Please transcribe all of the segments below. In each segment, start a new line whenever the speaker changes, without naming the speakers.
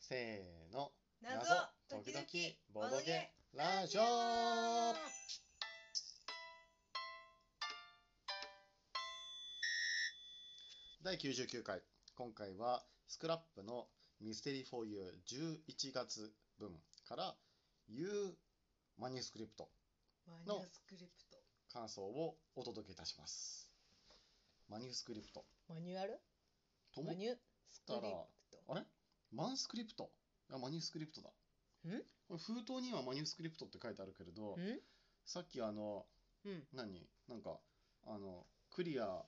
せーの
謎時々ボドゲ
ラジオ第99回今回はスクラップのミステリー 4U11 月分から「U マニュースクリプト
マニュアスクリプト」
感想をお届けいたしますマニュースクリプト
マニュアル
とも
マニュスクリプト
あれマンスクリプトあマニュースクリプトだ
ん
これ封筒にはマニュースクリプトって書いてあるけれど
ん
さっきあの
うん
何なんかあのクリア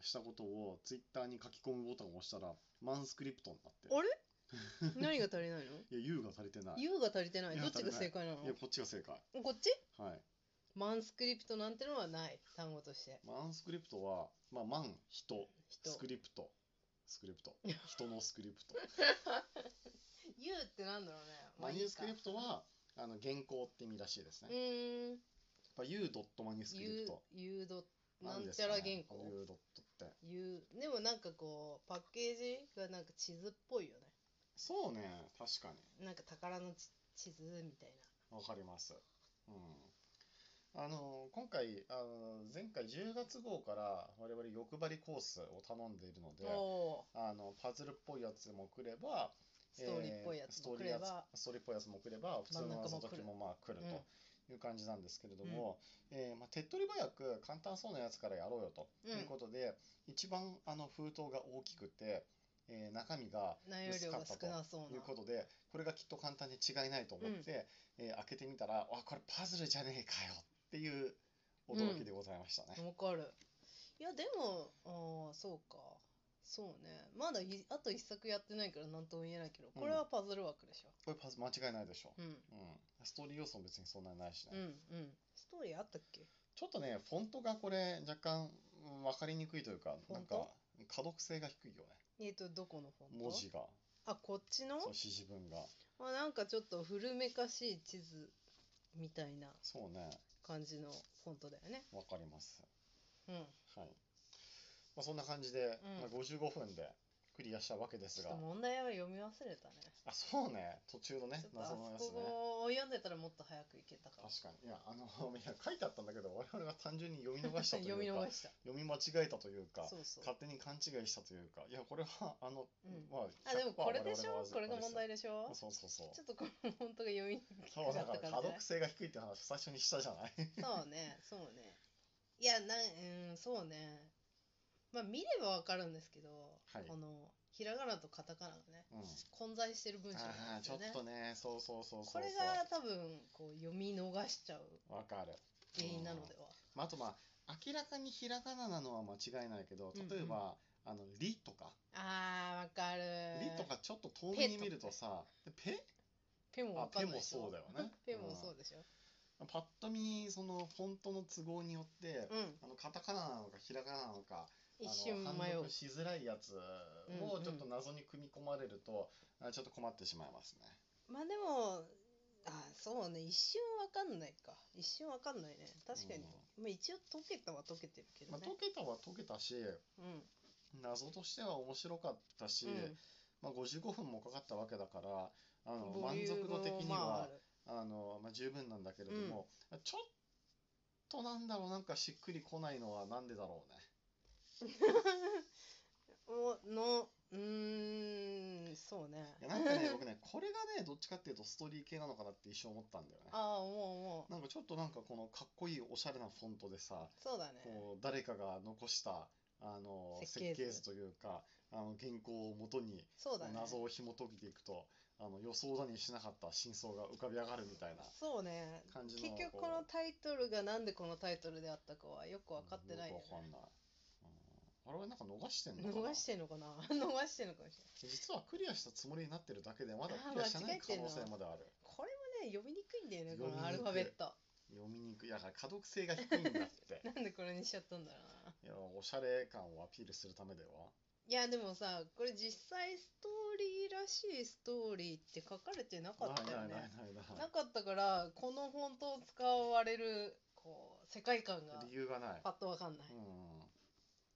したことをツイッターに書き込むボタンを押したらマンスクリプトになって
あれ 何が足りないの
いや U が足りてないい
?U が足りてない
いや
どっちが正解なの
やこっちが正解
こっち
はい
マンスクリプトなんてのはない単語として
マンスクリプトはまあマン人
人
スクリプトスクリプト人のスクリプト
U ってなんだろうね ま
マ
あ
ニュースクリプト
いいか
はあの原稿って意味らしいです
う
ね、
ーん
やっぱ U ドットマニュースクリプ
U
ト
U ド
ん
なん
です
ち
か
ゃ
ね
ら原稿
U ドットって
U でもなんかこうパッケージがなんか地図っぽいよね
そうね確かに
なんか宝の地地図みたいな
わかります。うん。あの今回あの前回10月号から我々欲張りコースを頼んでいるので、
お
あのパズルっぽいやつも来れば、
ーストーリーっぽいや
えース
つ
ト
も
ー
く
リーや
れば
つストーリーっぽいやつも来れば普通の謎解きもまあ来る
うん
という感じなんですけれども、えーまあ手っ取り早く簡単そうなやつからやろうよと
うん
いうことで、一番あの封筒が大きくて、えー中身が
内容量が少なそう
という
な
ことでこれがきっと簡単に違いないと思って、えー開けてみたら「あこれパズルじゃねえかよ」っていう驚きでございましたね。
わかるいやでもああそうかそうねまだいあと一作やってないから何とも言えないけどこれはパズル枠でしょ
これパズル間違いないでしょ。
うん
うん、ストーリー要素も別にそんなにないしね、
うんうんストーリーあったっけ
ちょっとねフォントがこれ若干、うん、分かりにくいというか
フォ
なん
ント
か可読性が低いよね
えっ、とどこのフォント
文字が
あこっちの
そう指示文が
あなんかちょっと古めかしい地図みたいな
そうね
感じのフォントだよね
分かります
うん
はい、まあ、そんな感じで、
うん
まあ、55分でクリアしたわけです
ちょっ
が
と問題は読み忘れたね
あそうね途中のね
ちょっとあ
謎のやつ
そ
ね
こを読んでたらもっと早くいけたかも
確かにいやあの いや書いてあったんだけど我々が単純に読み逃したというか
読
読み
み逃した
間違えたというか
そうそう
勝手に勘違いしたというかいやこれはあの、
うん
まあ
あでもこれでし
100%我々
ょ
は
これが問題でしょ
そうそうそう
ちょっとこのフォントが読みに
そうだから
かかった感じだね
可読性が低いって話最初にしたじゃない
そうね、そうね。いや、なん、うん、そうね。まあ、見ればわかるんですけど、
はい
このひらがなとカタカナがね、
うん
混在してる文章な
あ
ん
あ
です
ちょ
よ
っ
ね。
とねそうそうそうそ
こ
う
れが多分こう読み逃しちゃう
わかる、
原因なのでは。
まあ、あとまあ明らかにひらがななのは間違いないけど
うんうん
例えば、あの「り」とか
あー、わかる
「り」と。かちょっと遠目に見るとさ「でペ」
ペもわかんないでし
あペ
ょ
もそうだよね
ペもそうでしょ。
パッと見そのフォントの都合によって、
うん。
あのカタカナなのかひらがななのか
一瞬
あの
迷
判
う
読。しづらいやつ
う
を
ん
ちょっと謎に組み込まれると、あちょっと困ってしまいますね。
まあでも、あそうね、一瞬わかんないか。一瞬わかんないね。確かに。まあ一応解けたは解けてるけ
ま
ど
あ、
ね。
解けたは解けたし
うん。
謎としては面白かったし、
うん
まあ、55分もかかったわけだからあの
ボ
満
リュー
足
ム
度的
も
に
まああ
は
る
あの、まあ、十分なんだけれども、ちょっとなんだろうなんかしっくりこないのはなんでだろうね。
おのうーんそうね
いやなんかね僕ねこれがねどっちかっていうとストーリー系なのかなって一瞬思ったんだよね。
ああ思う思う
なんかちょっとなんかこのかっこいいおしゃれなフォントでさ、
そうだね
こう誰かが残したあの
設
設
計
計
図
図というかあの原稿を元に
そうだね
謎を紐解いていくとあの予想だにしなかった真相が浮かび上がるみたいな
そうね
感じの
結局このタイトルがなんでこのタイトルであったかはよく分かってないよ
よくわかんない、うん、あれはなんか逃してん
ね
のかな
逃してんのかな 逃してんのかもしれない
実はクリアしたつもりになってるだけでまだ
あー
クリアしてない可
間違
能
えてんの
性まである
これもね読みにくいんだよねこ
読みに
の
くい
アルファベット
読みにくいだから可読性が低いんだって
なんでこれにしちゃったんだろうない
やおしゃれ感をアピールするためではい
やでもさこれ実際ストーリーらしいストーリーって書かれてなかったよ
ないないな
ね
いないない
なかったからこのフォントを使われるこう世界観が
理由がない
パッとわかんない、
うん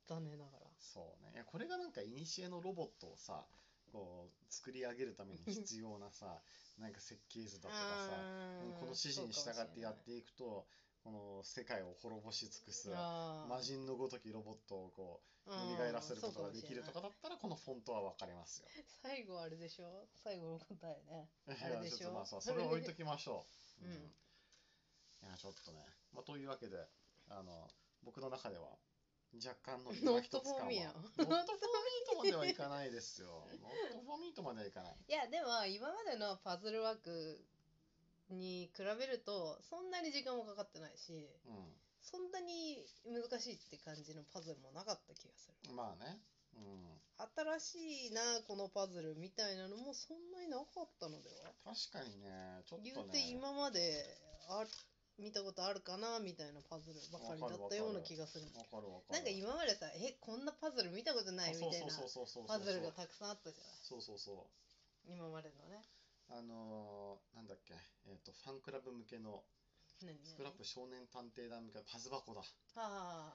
残念ながら
そうねいやこれがなんか古のロボットをさこう作り上げるために必要な さなんか設計図だとかさ
あー
この指示に従ってやっていくとこの世界を滅ぼし尽くす魔
マ
人のごときロボットをこう蘇らせることができるとかだったらこのフォントは分かりますよ。
最後あれでしょ最後の答えね
いや
あれでしょ
ちょっとまあさそれは置いときましょう。
うん
いやちょっとね、まあ、というわけであの僕の中では若干の今
ノッ
一つ感
トフォー
は
ミーやん
ノットフォーミーとまではいかないです よ。ノットフォーミーとまではいかない。
いやでも今までのパズルワークに比べるとそんなに時間もかかってないし
うん
そんなに難しいって感じのパズルもなかった気がする
まあね。うん。
新しいなこのパズルみたいなのもそんなになかったのでは
確かにね、ちょっとね
言。うて今まであ見たことあるかなみたいなパズルばかりだったような気がするんだ
わ
けど
かるわかる。
なんか今までさえこんなパズル見たことない
あ
み
そう
たい
そうそう
な
そうそうそう。
パズルがたくさんあったじゃ
そうそうそ
ない今までのね
う。あのー、なんだっけ、えっ、と、ファンクラブ向けの
何
スクラップ少年探偵団向けのパズ箱だ。
は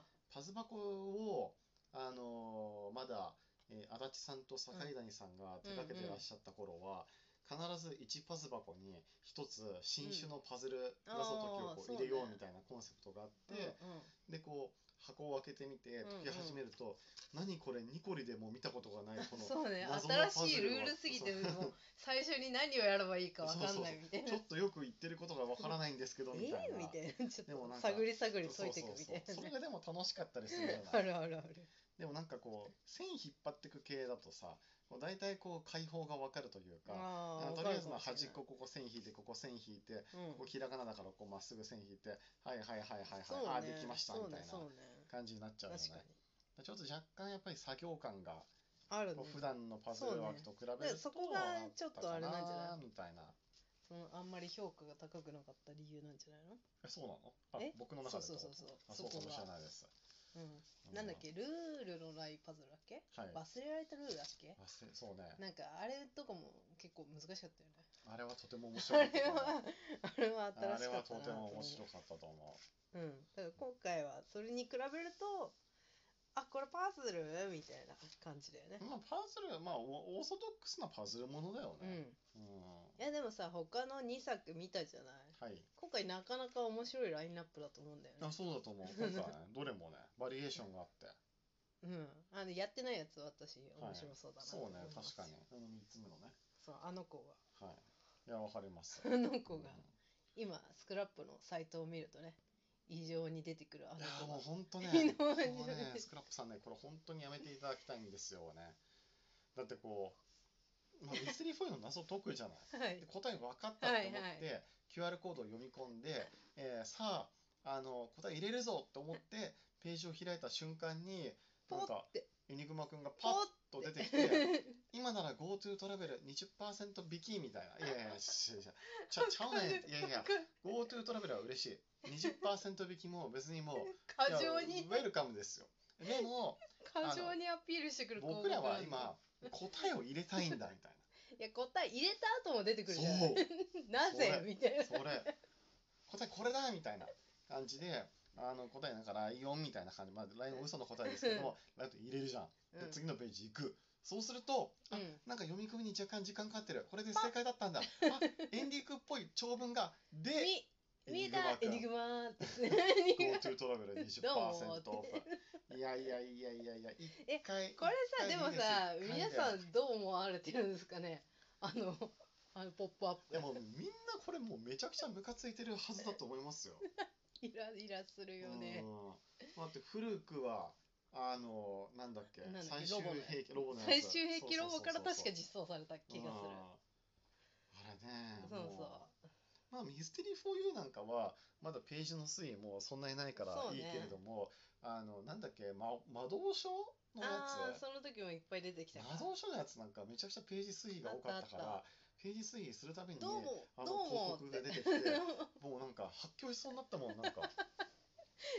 あ
パズ箱を、あのーまだ、えー足立さんと坂井谷さんが手掛けてらっしゃった頃は、必ず1パズ箱に1つ新種のパズル
うん
謎解きを
あー
こ
そううね
入れようみたいなコンセプトがあって、
うんうん
でこう箱を開けてみて
うんうん
解き始めると、何これニコリでも見たことがないこの
そうね
謎のパズルは
新しいルールすぎて
そう
もう最初に何をやればいいかわかんないみたいな
ちょっとよく言ってることがわからないんですけどみたい
え
な。
ー、みたいなちょっ
でもなん
と
か
探り探り
そうそ
解いて
う
い
そう
くみたいな
それがでも楽しかったりするじゃな
あ
い
るあるある
でもなんかこう線引っ張ってく系だとさこう大体こう解放がわかるというかあ
あ
の
ー
とりあえずまあ
わかる
端っ
か
ここ
も
こ線引いてここ線引いて
しれない
ここひらがなだからこうまっすぐ線引いてはいはいはいはい
うん
はいあーできましたみ
そう
たいな
ねそうね
感じになっちゃうよね
確かに
ちょっと若干やっぱり作業感が
あるね
こう普段のパズルワークと比べると、
そうねでそこがちょっとあれなんじゃない
みたいな
そのあんまり評価が高くなかった理由なんじゃないの
えそうなのあ
え
僕の中
そう
でって
そう
ことあそうか
そうそう
もしれ
が
ないです、
うん、なんだっけルールのないパズルだっけ
はい
忘れられたルールだっけ
忘れそうね
なんかあれとかも結構難しかったよね
あれはとても面
あ
白かっ
れ
たと思う
はあれ
あ
は新
れ
しか
は
った
と
な
ても
思う
面白かったと思
うん、だから今回はそれに比べるとあこれパズルみたいな感じだよね
う。まあパズルまあおオーソドックスなパズルものだよ
うん
ね。うん。
いやでもさ他の2作見たじゃない
はい。
今回なかなか面白いラインナップだと思うんだよね
あそうだと思う。今回ねどれもねバリエーションがあって。
うんあのやってないやつは私
はい
面白そうだなと
そう
思い
ね
ます
確かにあの三つ目のね。
そうあの子が
はい。いやわかります。
あの子が
う
今スクラップのサイトを見るとね異常に出てくるあ
んいや
の子
も
が
う本当ね。
いいの
この
いいの
ねスクラップさんねこれ本当にやめていただきたいんですよね。だってこう。まあ、ミステリーフォイルの謎解くじゃない。
はい
で答え分かったって思って、
はい
QR コードを読み込んで、えーさああの答え入れるぞと思ってページを開いた瞬間に
ポ
なん
ッ
か
て
ユニグマくんが
ポ
パッ
ッ
と出てきて今なら GoTo トラベル20%引きみたいないやいやいやししちゃちゃうねんいやいや GoTo トラベルは嬉しい20%引きも別にもう
過
いや
剰に
ウェルカムですよでも
過剰にアピールしてくる項目
僕らは
なんだ
今答えを入れたいんだみたいない
や答え入れた後も出てくるじゃない
そう
な
そ
ぜ
れ
みたいな
それ答えこれだみたいな感じであの答えなんかライオンみたいな感じまあライオン嘘の答えですけどもライオン入れるじゃんで
うん
次のページ行くそうするとあ
うん
なんか読み込みに若干時間かかってるこれで正解だったんだあエンディークっぽい長文がで
み見えたエニグマーって
GoTo トラベル20%オ
どうも
フいやいやいやいやいや一
え
回
これさ
一回
でも
いい
さ
です一回
皆さんどう思われてるんですかねあのあのポップアップ
でもみんなこれもうめちゃくちゃムカついてるはずだと思いますよ
イライラするよね
うん。待って、古くは、あの、なんだっけ、
なんだっけ
最終兵器ロボのやつ
最終兵器ロボから確
そうそうそ
か
うそう
実装された気
う
がする
んあれね。
そう
も
そう
まあ、ミステリー 4U なんかは、まだページの推移もそんなにないから
そう
いい
ね
けれども、あの、なんだっけ、ま、魔導書のや
ああ
つ
その時もいっぱい出てきた
魔
から
導書のやつなんかめちゃくちゃページ推移が多かったか
あったあ
ら
っ、
ページ推移するたびに、
どうも
あの、
どう
広
も
告
っ
が
て
出てきて、もうなんか発狂しそうになったもん、なんか。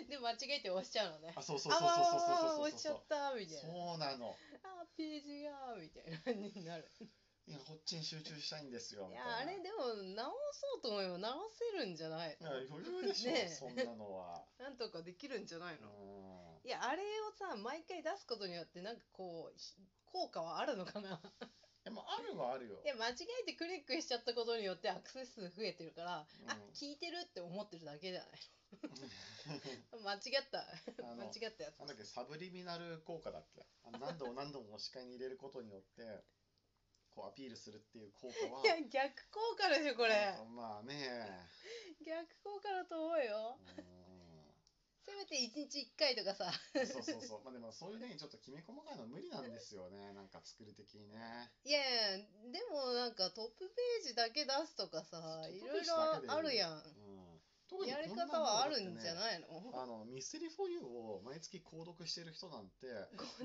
で間違えて押しちゃうのね
あ、そうそう
あ
そうそうそうそうそうそ
わ
う。
押しちゃったみたいな
そうなの。
あーページがーみたいな感じになる
いや、こっちに集中したいんですよ。
い
み
や
たいな
あれでも直そうと思えば直せるんじゃない
いや余裕でしょ、
ねえ
そんなのは。
なんとかできるんじゃ ないうの
ん
いやあれをさ毎回出すことによってなんかこうひ効果はあるのかな
えまああるはあるよ
で間違えてクリックしちゃったことによってアクセス数増えてるから、
うん
あ聞いてるって思ってるだ けじゃないの間違った
あの
間違ったやつ
なんだっけサブリミナル効果だっけあの何度も何度も視界に入れることによってこうアピールするっていう効果はい
や逆効果でしょこれ
うんまあね
逆効果だと思うよ
う
せめて1日1回とかさ
んそうそうそうまあでもそういうねちょっときめ細かいの無理なんですよねなんか作り的にね
いやいやでもなんかトップページだけ出すとかさ
トップ
い
ペ
ろ
ー
い
ジだけで
ろあるやん
うん特に
やり
こんなも
方はあ
だ
る
っ
ん
て
じゃ
ね
ないの
あのミステリー・フォー・ユーを毎月購読してる人なんて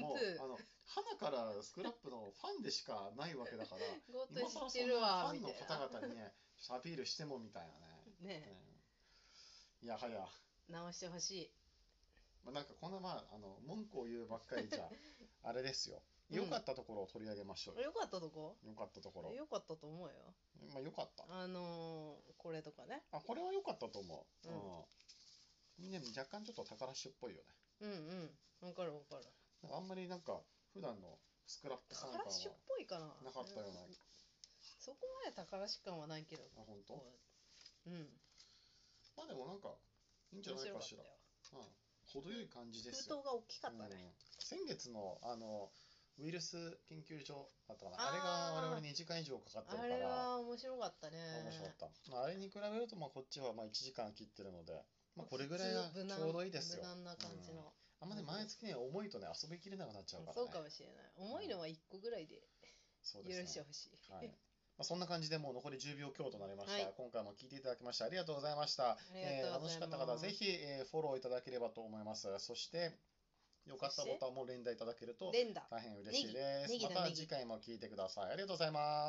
もう
ゴンツ
あの花からスクラップのファンでしかないわけだ から
ゴン
今
ツ
更
知
そ
って
ん
る
な
わ
ファン
みた
の
い
方
な
々にねちょっとアピールしてもみたいなね
ね
う
え
んいやはや、
直してほしい
まあ、なんかこんなまああの文句を言うばっかり じゃあれですよ良かったところを取り上げましょうよ
よかったとこ
良かったところ
よかったと思うよ
まあ良かった
あのーこれとかね
あこれは良かったと思う
うん
うん、でも若干ちょっと宝石っぽいよね
うんうんわかるわかる
なんかあんまりなんか普段のスクラップ参
宝
加は
石っぽいかな
なかったような
うんそこまで宝石感はないけど
あ本当
うん
まあでもなんかいいんじゃ
面
ない
白か
か
っ
した
よ
らうん、程よい感じで
封
す
筒
よ
が大きかったね
うん先月のあのウイルス研究所だったかなあ
あー
れが我々2時間以上かかって
あ
る
れ
から
は面白かったね
面白かった、まあ、あれに比べるとまあこっちはまあ1時間切ってるので、まあ、これぐらいが
普通無難
ちょうどいいですよ
無難な感じの、
うんあんまり毎月ね重いとね遊びきれなくなっちゃうから、ね、
そうかもしれない重いのは1個ぐらいで
そう
許
ですね
してほしい、
はいまあ、そんな感じでもう残り10秒強となりました、
はい
今回も聞いていただきましてありがとうございました
ありがとうございます
えー楽しかった方はぜひ、えーフォローいただければと思いますそしてよかったボタンも連打いただけると
連打
大変嬉しいです
ネギネ
ま
ギだ
た
ネギ
次回も聞いてくださいありがとうございます